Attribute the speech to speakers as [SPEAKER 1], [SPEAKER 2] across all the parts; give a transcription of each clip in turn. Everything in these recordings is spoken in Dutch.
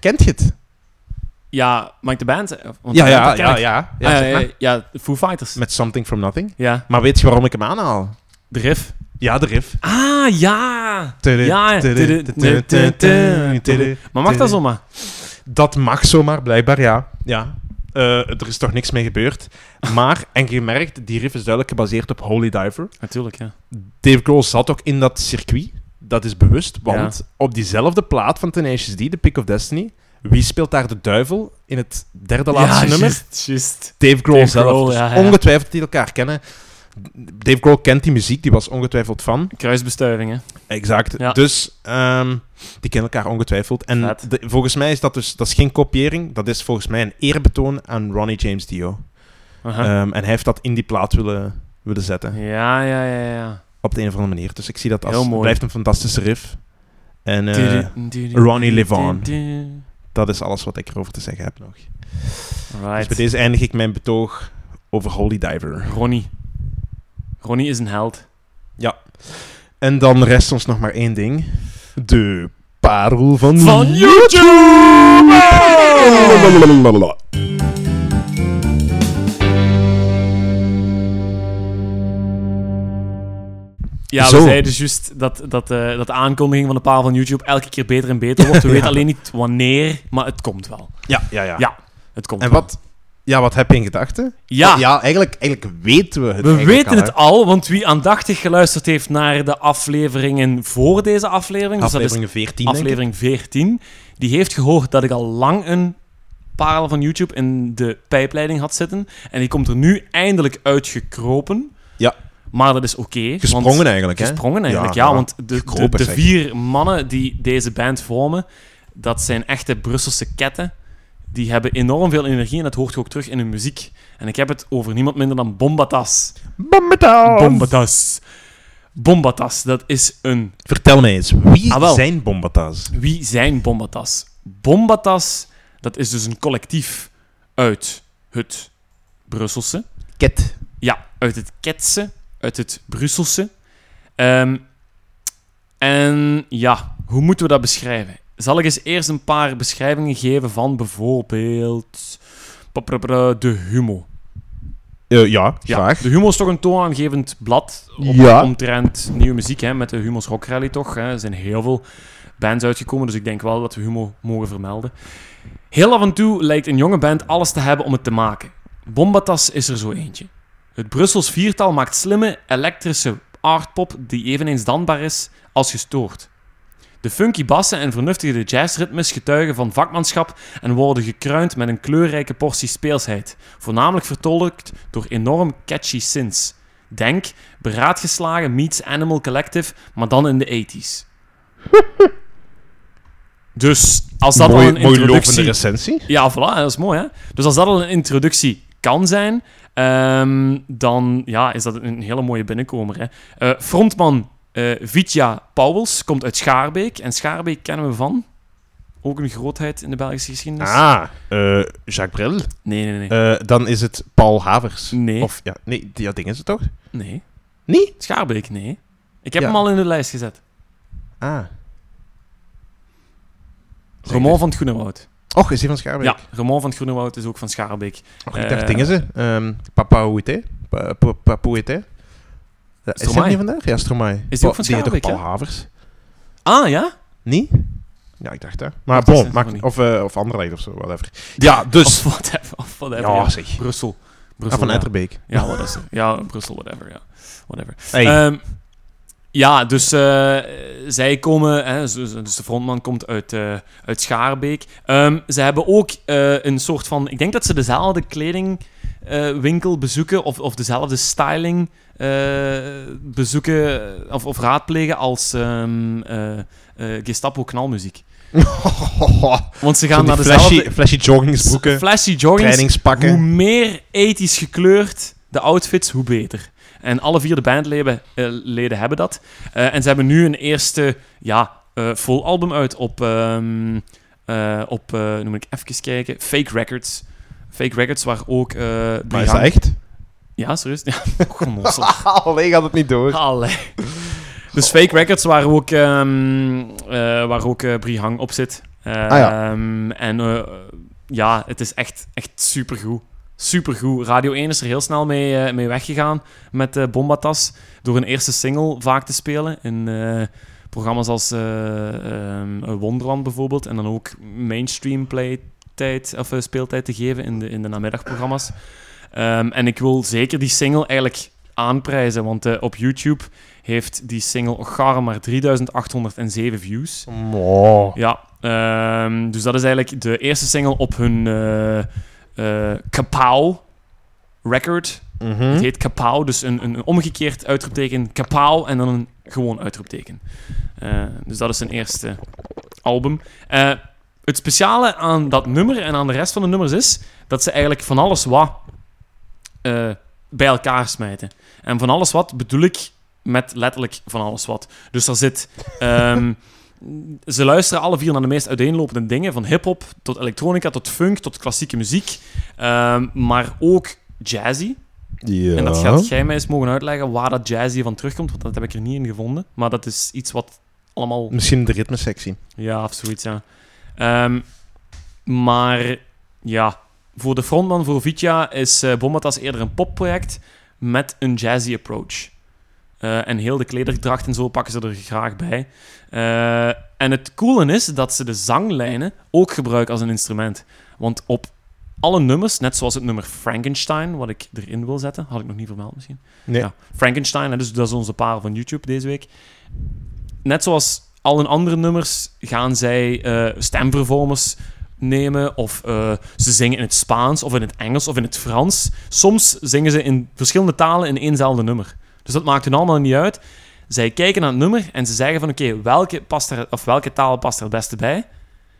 [SPEAKER 1] Kent je het?
[SPEAKER 2] Ja, maakt de band. eh, Want
[SPEAKER 1] Ja,
[SPEAKER 2] de
[SPEAKER 1] ja,
[SPEAKER 2] band ken
[SPEAKER 1] ja,
[SPEAKER 2] ik.
[SPEAKER 1] ja.
[SPEAKER 2] Ah,
[SPEAKER 1] ja,
[SPEAKER 2] Ja,
[SPEAKER 1] zeg
[SPEAKER 2] ja,
[SPEAKER 1] maar.
[SPEAKER 2] ja, de Foo Fighters.
[SPEAKER 1] Met Something From Nothing.
[SPEAKER 2] Ja,
[SPEAKER 1] Maar weet je waarom ik hem aanhaal?
[SPEAKER 2] de riff.
[SPEAKER 1] Ja, de riff.
[SPEAKER 2] Ah, ja.
[SPEAKER 1] Tudu,
[SPEAKER 2] Ja.
[SPEAKER 1] tudu, tudu, tudu, tudu, tudu.
[SPEAKER 2] Maar mag dat zomaar?
[SPEAKER 1] Dat mag zomaar, blijkbaar, ja. ja. Eh, er is toch niks mee gebeurd. Maar, en je merkt, die riff is duidelijk gebaseerd op Holy Diver.
[SPEAKER 2] Natuurlijk, ja.
[SPEAKER 1] Dave Grohl zat ook in dat circuit. Dat is bewust, want op diezelfde plaat van Tenacious D, The Pick of Destiny, wie speelt daar de duivel in het derde laatste
[SPEAKER 2] ja,
[SPEAKER 1] nummer?
[SPEAKER 2] Juist, juist.
[SPEAKER 1] Dave Grohl
[SPEAKER 2] Dave
[SPEAKER 1] zelf.
[SPEAKER 2] Grohl,
[SPEAKER 1] Dus
[SPEAKER 2] ja, ja.
[SPEAKER 1] Ongetwijfeld die elkaar kennen. Dave Grohl kent die muziek, die was ongetwijfeld fan.
[SPEAKER 2] Kruisbestuiving, hè.
[SPEAKER 1] Exact.
[SPEAKER 2] Ja.
[SPEAKER 1] Dus ehm, die kennen elkaar ongetwijfeld. En
[SPEAKER 2] Vet.
[SPEAKER 1] de- volgens mij is dat dus dat is geen kopiëring, dat is volgens mij een eerbetoon aan Ronnie James Dio.
[SPEAKER 2] Aha.
[SPEAKER 1] Ehm, en hij heeft dat in die plaat willen, willen zetten.
[SPEAKER 2] Ja, ja, ja, ja.
[SPEAKER 1] Op de een of andere manier. Dus ik zie dat als
[SPEAKER 2] Heel
[SPEAKER 1] het
[SPEAKER 2] mooi.
[SPEAKER 1] blijft een fantastische riff. En eh,
[SPEAKER 2] Tudu, tudu,
[SPEAKER 1] Ronnie Live
[SPEAKER 2] tudu,
[SPEAKER 1] On.
[SPEAKER 2] tudu.
[SPEAKER 1] dat is alles wat ik erover te zeggen heb nog. Dus bij
[SPEAKER 2] Right.
[SPEAKER 1] deze eindig ik mijn betoog over Holy Diver.
[SPEAKER 2] Ronnie. Ronnie is een held.
[SPEAKER 1] En dan rest ons nog maar één ding. De parel van,
[SPEAKER 2] Van
[SPEAKER 1] YouTube!
[SPEAKER 2] Ja,
[SPEAKER 1] Zo.
[SPEAKER 2] we zeiden dus juist dat, dat, eh, dat de aankondiging van de paal van YouTube elke keer beter en beter wordt. We
[SPEAKER 1] Ja.
[SPEAKER 2] weten alleen niet wanneer, maar het komt wel.
[SPEAKER 1] Ja, ja, ja.
[SPEAKER 2] Ja, het komt
[SPEAKER 1] En
[SPEAKER 2] wel.
[SPEAKER 1] wat, ja, wat heb je in gedachten?
[SPEAKER 2] Ja,
[SPEAKER 1] eigenlijk, eigenlijk weten we het.
[SPEAKER 2] we
[SPEAKER 1] eigenlijk
[SPEAKER 2] weten
[SPEAKER 1] al,
[SPEAKER 2] het
[SPEAKER 1] hè.
[SPEAKER 2] al, want wie aandachtig geluisterd heeft naar de afleveringen voor deze aflevering, dus dat is
[SPEAKER 1] Aflevering 14, denk ik.
[SPEAKER 2] aflevering 14, die heeft gehoord dat ik al lang een parel van YouTube in de pijpleiding had zitten. En die komt er nu eindelijk uitgekropen.
[SPEAKER 1] Ja.
[SPEAKER 2] Maar dat is oké. want-
[SPEAKER 1] Gesprongen eigenlijk, hè?
[SPEAKER 2] gesprongen eigenlijk,
[SPEAKER 1] Ja,
[SPEAKER 2] ja.
[SPEAKER 1] ja.
[SPEAKER 2] want de, de,
[SPEAKER 1] Gekropen,
[SPEAKER 2] de
[SPEAKER 1] zeg.
[SPEAKER 2] vier mannen die deze band vormen, dat zijn echte Brusselse ketten. Die hebben enorm veel energie en dat hoort je ook terug in hun muziek. En ik heb het over niemand minder dan Bombatas.
[SPEAKER 1] Bombataal!
[SPEAKER 2] Bombatas. Bombatas, dat is een...
[SPEAKER 1] Vertel mij eens, wie
[SPEAKER 2] Ah, wel.
[SPEAKER 1] zijn Bombata's?
[SPEAKER 2] Wie zijn Bombatas? Bombatas, dat is dus een collectief uit het Brusselse.
[SPEAKER 1] Ket.
[SPEAKER 2] Ja, uit het Ketse, uit het Brusselse. Ehm, en ja, hoe moeten we dat beschrijven? Zal ik eens eerst een paar beschrijvingen geven van bijvoorbeeld paprapra, de humo.
[SPEAKER 1] Eh, ja,
[SPEAKER 2] Ja,
[SPEAKER 1] graag. Ah.
[SPEAKER 2] De humo is toch een toonaangevend blad om,
[SPEAKER 1] Ja.
[SPEAKER 2] omtrent nieuwe muziek, hè, met de Humo's Rock Rally toch. Hè. Er zijn heel veel bands uitgekomen, dus ik denk wel dat we humo mogen vermelden. Heel af en toe lijkt een jonge band alles te hebben om het te maken. Bombatas is er zo eentje. Het Brussels viertal maakt slimme, elektrische artpop die eveneens dansbaar is als gestoord. De funky bassen en vernuftige jazzritmes getuigen van vakmanschap en worden gekruid met een kleurrijke portie speelsheid, voornamelijk vertolkt door enorm catchy synths. Denk, beraadgeslagen meets Animal Collective, maar dan in de 80s. Dus als dat
[SPEAKER 1] mooi,
[SPEAKER 2] al een
[SPEAKER 1] mooi lovende
[SPEAKER 2] introductie
[SPEAKER 1] recensie.
[SPEAKER 2] ja, voilà, dat is mooi, hè? Dus als dat al een introductie kan zijn, ehm, dan ja, is dat een hele mooie binnenkomer, hè? Eh, frontman eh Vitya Pauwels komt uit Schaarbeek. En Schaarbeek kennen we van? Ook een grootheid in de Belgische geschiedenis?
[SPEAKER 1] Ah, eh, Jacques Brel.
[SPEAKER 2] Dus- Nee, nee, nee.
[SPEAKER 1] Eh, dan is het Paul Havers.
[SPEAKER 2] nee,
[SPEAKER 1] Of, ja, nee, die- dat ding is het toch?
[SPEAKER 2] nee.
[SPEAKER 1] Nee?
[SPEAKER 2] Schaarbeek, nee. Ik heb
[SPEAKER 1] Ja.
[SPEAKER 2] hem al in de lijst gezet.
[SPEAKER 1] Ah. Zeg
[SPEAKER 2] Ramon
[SPEAKER 1] dus.
[SPEAKER 2] van het Groenewoud.
[SPEAKER 1] Och, is die van Schaarbeek?
[SPEAKER 2] Ja, Ramon van het Groenewoud is ook van Schaarbeek.
[SPEAKER 1] Och, ik
[SPEAKER 2] Eh,
[SPEAKER 1] dacht dingen ze. Ehm Papa Ouité. Pa- pa- Papa Ouité. Ja, Is hij
[SPEAKER 2] Stromae.
[SPEAKER 1] niet vandaag? Ja, Stromae.
[SPEAKER 2] Is die
[SPEAKER 1] Pa-
[SPEAKER 2] ook van
[SPEAKER 1] heet toch
[SPEAKER 2] Schaarbeek,
[SPEAKER 1] Paul
[SPEAKER 2] hè?
[SPEAKER 1] Havers?
[SPEAKER 2] Ah, ja?
[SPEAKER 1] Nee? Ja, ik dacht dat. Maar
[SPEAKER 2] Dat is
[SPEAKER 1] bon,
[SPEAKER 2] het
[SPEAKER 1] maakt
[SPEAKER 2] nog niet.
[SPEAKER 1] Of, eh of Anderlecht of zo, whatever. Ja, dus...
[SPEAKER 2] Of whatever. Of whatever
[SPEAKER 1] ja,
[SPEAKER 2] ja.
[SPEAKER 1] zeg.
[SPEAKER 2] Brussel.
[SPEAKER 1] Ah,
[SPEAKER 2] Brussel
[SPEAKER 1] van
[SPEAKER 2] ja.
[SPEAKER 1] Etterbeek.
[SPEAKER 2] Ja, wat is het? Ja, Brussel, whatever. Ja, whatever.
[SPEAKER 1] Hey.
[SPEAKER 2] Ehm, ja, dus eh, zij komen, hè, dus- dus de frontman komt uit, eh, uit Schaarbeek. Ehm, ze hebben ook eh, een soort van, ik denk dat ze dezelfde kledingwinkel bezoeken of, of dezelfde styling eh, bezoeken of, of raadplegen als ehm, eh, eh, Gestapo knalmuziek. Want ze
[SPEAKER 1] Zo
[SPEAKER 2] gaan
[SPEAKER 1] die
[SPEAKER 2] naar
[SPEAKER 1] flashy,
[SPEAKER 2] dezelfde
[SPEAKER 1] flashy joggingsbroeken,
[SPEAKER 2] flashy joggings, hoe
[SPEAKER 1] trainingspakken.
[SPEAKER 2] meer ethisch gekleurd de outfits, hoe beter. En alle vier de bandleden eh, leden hebben dat. Eh, en ze hebben nu een eerste ja, eh, vol album uit op, ehm, eh, op eh, noem ik even kijken, Fake Records. Fake Records, waar ook... eh
[SPEAKER 1] Maar
[SPEAKER 2] Brian-
[SPEAKER 1] is dat echt?
[SPEAKER 2] Ja, serieus? Ja, gewoon onnozel.
[SPEAKER 1] Alleen gaat het niet door.
[SPEAKER 2] Allee. Dus Fake Records, waar ook, ehm eh, waar ook eh, Brie Hang op zit. Ehm,
[SPEAKER 3] Ah, ja.
[SPEAKER 2] En eh, ja, het is echt, echt supergoed. Supergoed. Radio 1 is er heel snel mee, eh, mee weggegaan met eh Bombatas. Door een eerste single vaak te spelen. In eh, programma's als eh, ehm, Wonderland bijvoorbeeld. En dan ook mainstream playtijd, of, eh, speeltijd te geven in de, in de namiddagprogramma's. Ehm, en ik wil zeker die single eigenlijk aanprijzen. Want eh, op YouTube heeft die single Ochara maar 3807 views.
[SPEAKER 1] Oh.
[SPEAKER 2] Ja, ehm, dus dat is eigenlijk de eerste single op hun eh eh Kapow record.
[SPEAKER 1] Mhm.
[SPEAKER 2] Het heet Kapow, dus een, een, een omgekeerd uitroepteken Kapow en dan een gewoon uitroepteken. Eh, dus dat is hun eerste album. Eh, het speciale aan dat nummer en aan de rest van de nummers is dat ze eigenlijk van alles wat eh, bij elkaar smijten. En van alles wat bedoel ik met letterlijk van alles wat. Dus daar zit... ehm, ze luisteren alle vier naar de meest uiteenlopende dingen. Van hip-hop tot elektronica, tot funk, tot klassieke muziek. Ehm, maar ook jazzy.
[SPEAKER 3] Ja.
[SPEAKER 2] En dat gaat jij mij eens mogen uitleggen waar dat jazzy van terugkomt. Want dat heb ik er niet in gevonden. Maar dat is iets wat allemaal
[SPEAKER 1] Misschien de ritmesectie.
[SPEAKER 2] ja, of zoiets, ja. Ehm, maar ja, voor de frontman, voor Vitya, is eh Bombatas eerder een popproject met een jazzy approach. Eh, en heel de klederdracht en zo pakken ze er graag bij. Eh, en het coole is dat ze de zanglijnen ook gebruiken als een instrument. Want op alle nummers, net zoals het nummer Frankenstein, wat ik erin wil zetten, had ik nog niet vermeld misschien.
[SPEAKER 1] Nee.
[SPEAKER 2] Ja, Frankenstein, hè, dus dat is onze parel van YouTube deze week. Net zoals al hun andere nummers gaan zij eh stemperformers nemen of eh, ze zingen in het Spaans of in het Engels of in het Frans. Soms zingen ze in verschillende talen in éénzelfde nummer. Dus dat maakt hun allemaal niet uit. Zij kijken naar het nummer en ze zeggen van oké, welke, past er- of welke taal past er het beste bij?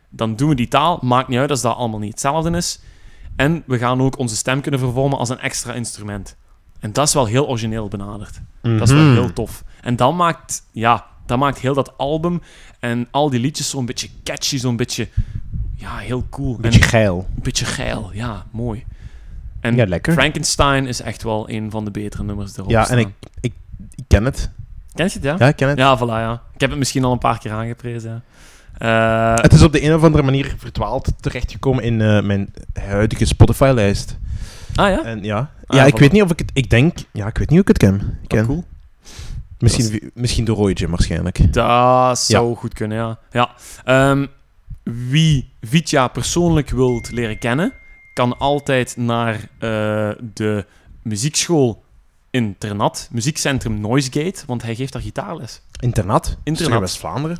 [SPEAKER 2] Dan doen we die taal. Maakt niet uit als dat allemaal niet hetzelfde is. En we gaan ook onze stem kunnen vervormen als een extra instrument. En dat is wel heel origineel benaderd. Dat is wel heel tof. En dan maakt, ja, dat maakt heel dat album en al die liedjes zo'n beetje catchy, zo'n beetje, ja, heel cool.
[SPEAKER 3] Beetje
[SPEAKER 2] en
[SPEAKER 3] geil.
[SPEAKER 2] een beetje geil, ja, mooi. En
[SPEAKER 3] Ja, lekker.
[SPEAKER 2] Frankenstein is echt wel een van de betere nummers erop.
[SPEAKER 1] Ja, en
[SPEAKER 2] staan.
[SPEAKER 1] ik, ik, ik ken het.
[SPEAKER 2] Ken je het, ja?
[SPEAKER 1] Ja, ik ken het.
[SPEAKER 2] Ja, voilà, ja. Ik heb het misschien al een paar keer aangeprezen. ja. Eh,
[SPEAKER 1] Het is op de een of andere manier verdwaald terechtgekomen in eh, mijn huidige Spotify-lijst.
[SPEAKER 2] ah ja?
[SPEAKER 1] En ja,
[SPEAKER 2] Ah,
[SPEAKER 1] ja ik
[SPEAKER 2] voilà. Ah,
[SPEAKER 1] weet niet of ik het... Ik denk... Ja, ik weet niet hoe ik het ken. Ik ken.
[SPEAKER 2] cool.
[SPEAKER 1] Misschien, misschien door Roy Jim waarschijnlijk.
[SPEAKER 2] Dat zou goed kunnen, ja. ja. Ehm, wie Vitya persoonlijk wilt leren kennen, kan altijd naar eh, de muziekschool in Ternat, muziekcentrum Noisegate, want hij geeft daar gitaarles.
[SPEAKER 1] Internat?
[SPEAKER 2] Internaat.
[SPEAKER 1] West-Vlaanderen?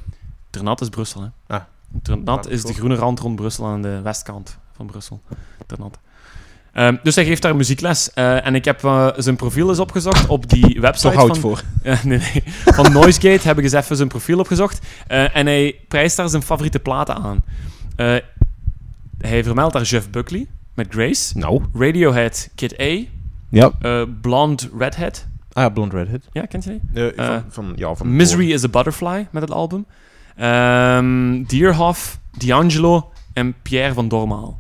[SPEAKER 2] Ternat is Brussel, hè?
[SPEAKER 1] Ah.
[SPEAKER 2] Ternat
[SPEAKER 1] Ah,
[SPEAKER 2] is de
[SPEAKER 1] cool.
[SPEAKER 2] groene rand rond Brussel aan de westkant van Brussel. Ternat. Ehm, dus hij geeft daar muziekles. Eh, en ik heb eh, zijn profiel eens opgezocht op die website
[SPEAKER 1] Toch houdt
[SPEAKER 2] van...
[SPEAKER 1] voor.
[SPEAKER 2] Ja, nee, nee. Van Noisegate heb ik eens even zijn profiel opgezocht. Eh, en hij prijst daar zijn favoriete platen aan. Eh, hij vermeldt daar Jeff Buckley met Grace.
[SPEAKER 1] Nou.
[SPEAKER 2] Radiohead, Kid A.
[SPEAKER 1] Ja.
[SPEAKER 2] eh, Blonde Redhead.
[SPEAKER 1] Ah ja, Blonde Redhead.
[SPEAKER 2] Ja, kent je die?
[SPEAKER 1] Eh,
[SPEAKER 2] Eh,
[SPEAKER 1] van, van, ja, van
[SPEAKER 2] Misery is a Butterfly met het album. Ehm Dierhoff, D'Angelo en Pierre van Dormaal.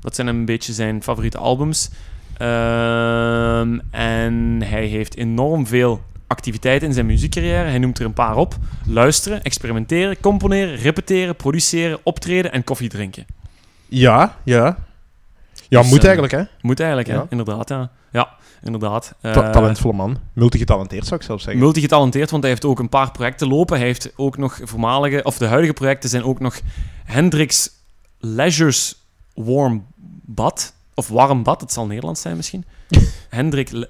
[SPEAKER 2] Dat zijn een beetje zijn favoriete albums. Ehm, en hij heeft enorm veel activiteiten in zijn muziekcarrière. Hij noemt er een paar op. Luisteren, experimenteren, componeren, repeteren, produceren, optreden en koffie drinken.
[SPEAKER 1] Ja, ja. Ja,
[SPEAKER 2] Dus,
[SPEAKER 1] moet
[SPEAKER 2] eh,
[SPEAKER 1] eigenlijk, hè.
[SPEAKER 2] Moet eigenlijk, hè?
[SPEAKER 1] Ja.
[SPEAKER 2] Inderdaad, ja. Ja, inderdaad.
[SPEAKER 1] Ta-
[SPEAKER 2] Eh,
[SPEAKER 1] Talentvolle man. Multigetalenteerd, zou ik zelf zeggen.
[SPEAKER 2] Multigetalenteerd, want hij heeft ook een paar projecten lopen. Hij heeft ook nog voormalige, of de huidige projecten zijn ook nog Hendrix Leisures Warm Bad. Of Warm Bad, het zal Nederlands zijn misschien. Hendrik, Le-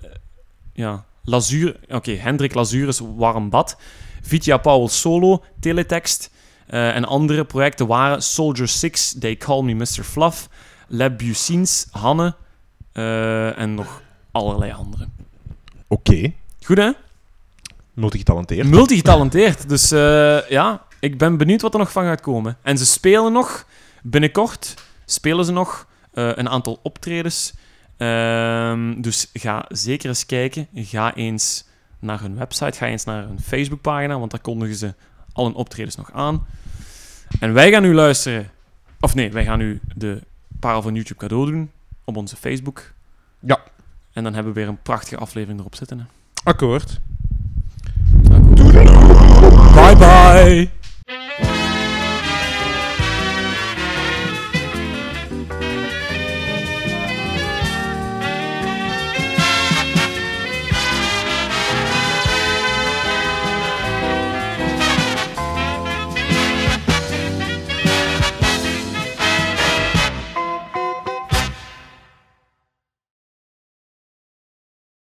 [SPEAKER 2] ja, Lazuur, oké, Hendrik Lazuur is Warm Bad. Vitya Powell Solo, Teletext. eh, en andere projecten waren Soldier 6, They Call Me Mr. Fluff, Lab Bucines, Hanne eh, en nog allerlei andere.
[SPEAKER 1] Oké.
[SPEAKER 2] Goed hè?
[SPEAKER 1] Multigetalenteerd.
[SPEAKER 2] Multigetalenteerd. Dus eh, ja, ik ben benieuwd wat er nog van gaat komen. En ze spelen nog, binnenkort spelen ze nog eh, een aantal optredens. Ehm, dus ga zeker eens kijken. Ga eens naar hun website, ga eens naar hun Facebookpagina, want daar kondigen ze al hun optredens nog aan. En wij gaan nu luisteren, of nee, wij gaan nu de parel van YouTube cadeau doen op onze Facebook.
[SPEAKER 1] Ja.
[SPEAKER 2] En dan hebben we weer een prachtige aflevering erop zitten. hè.
[SPEAKER 1] Akkoord.
[SPEAKER 2] Bye bye!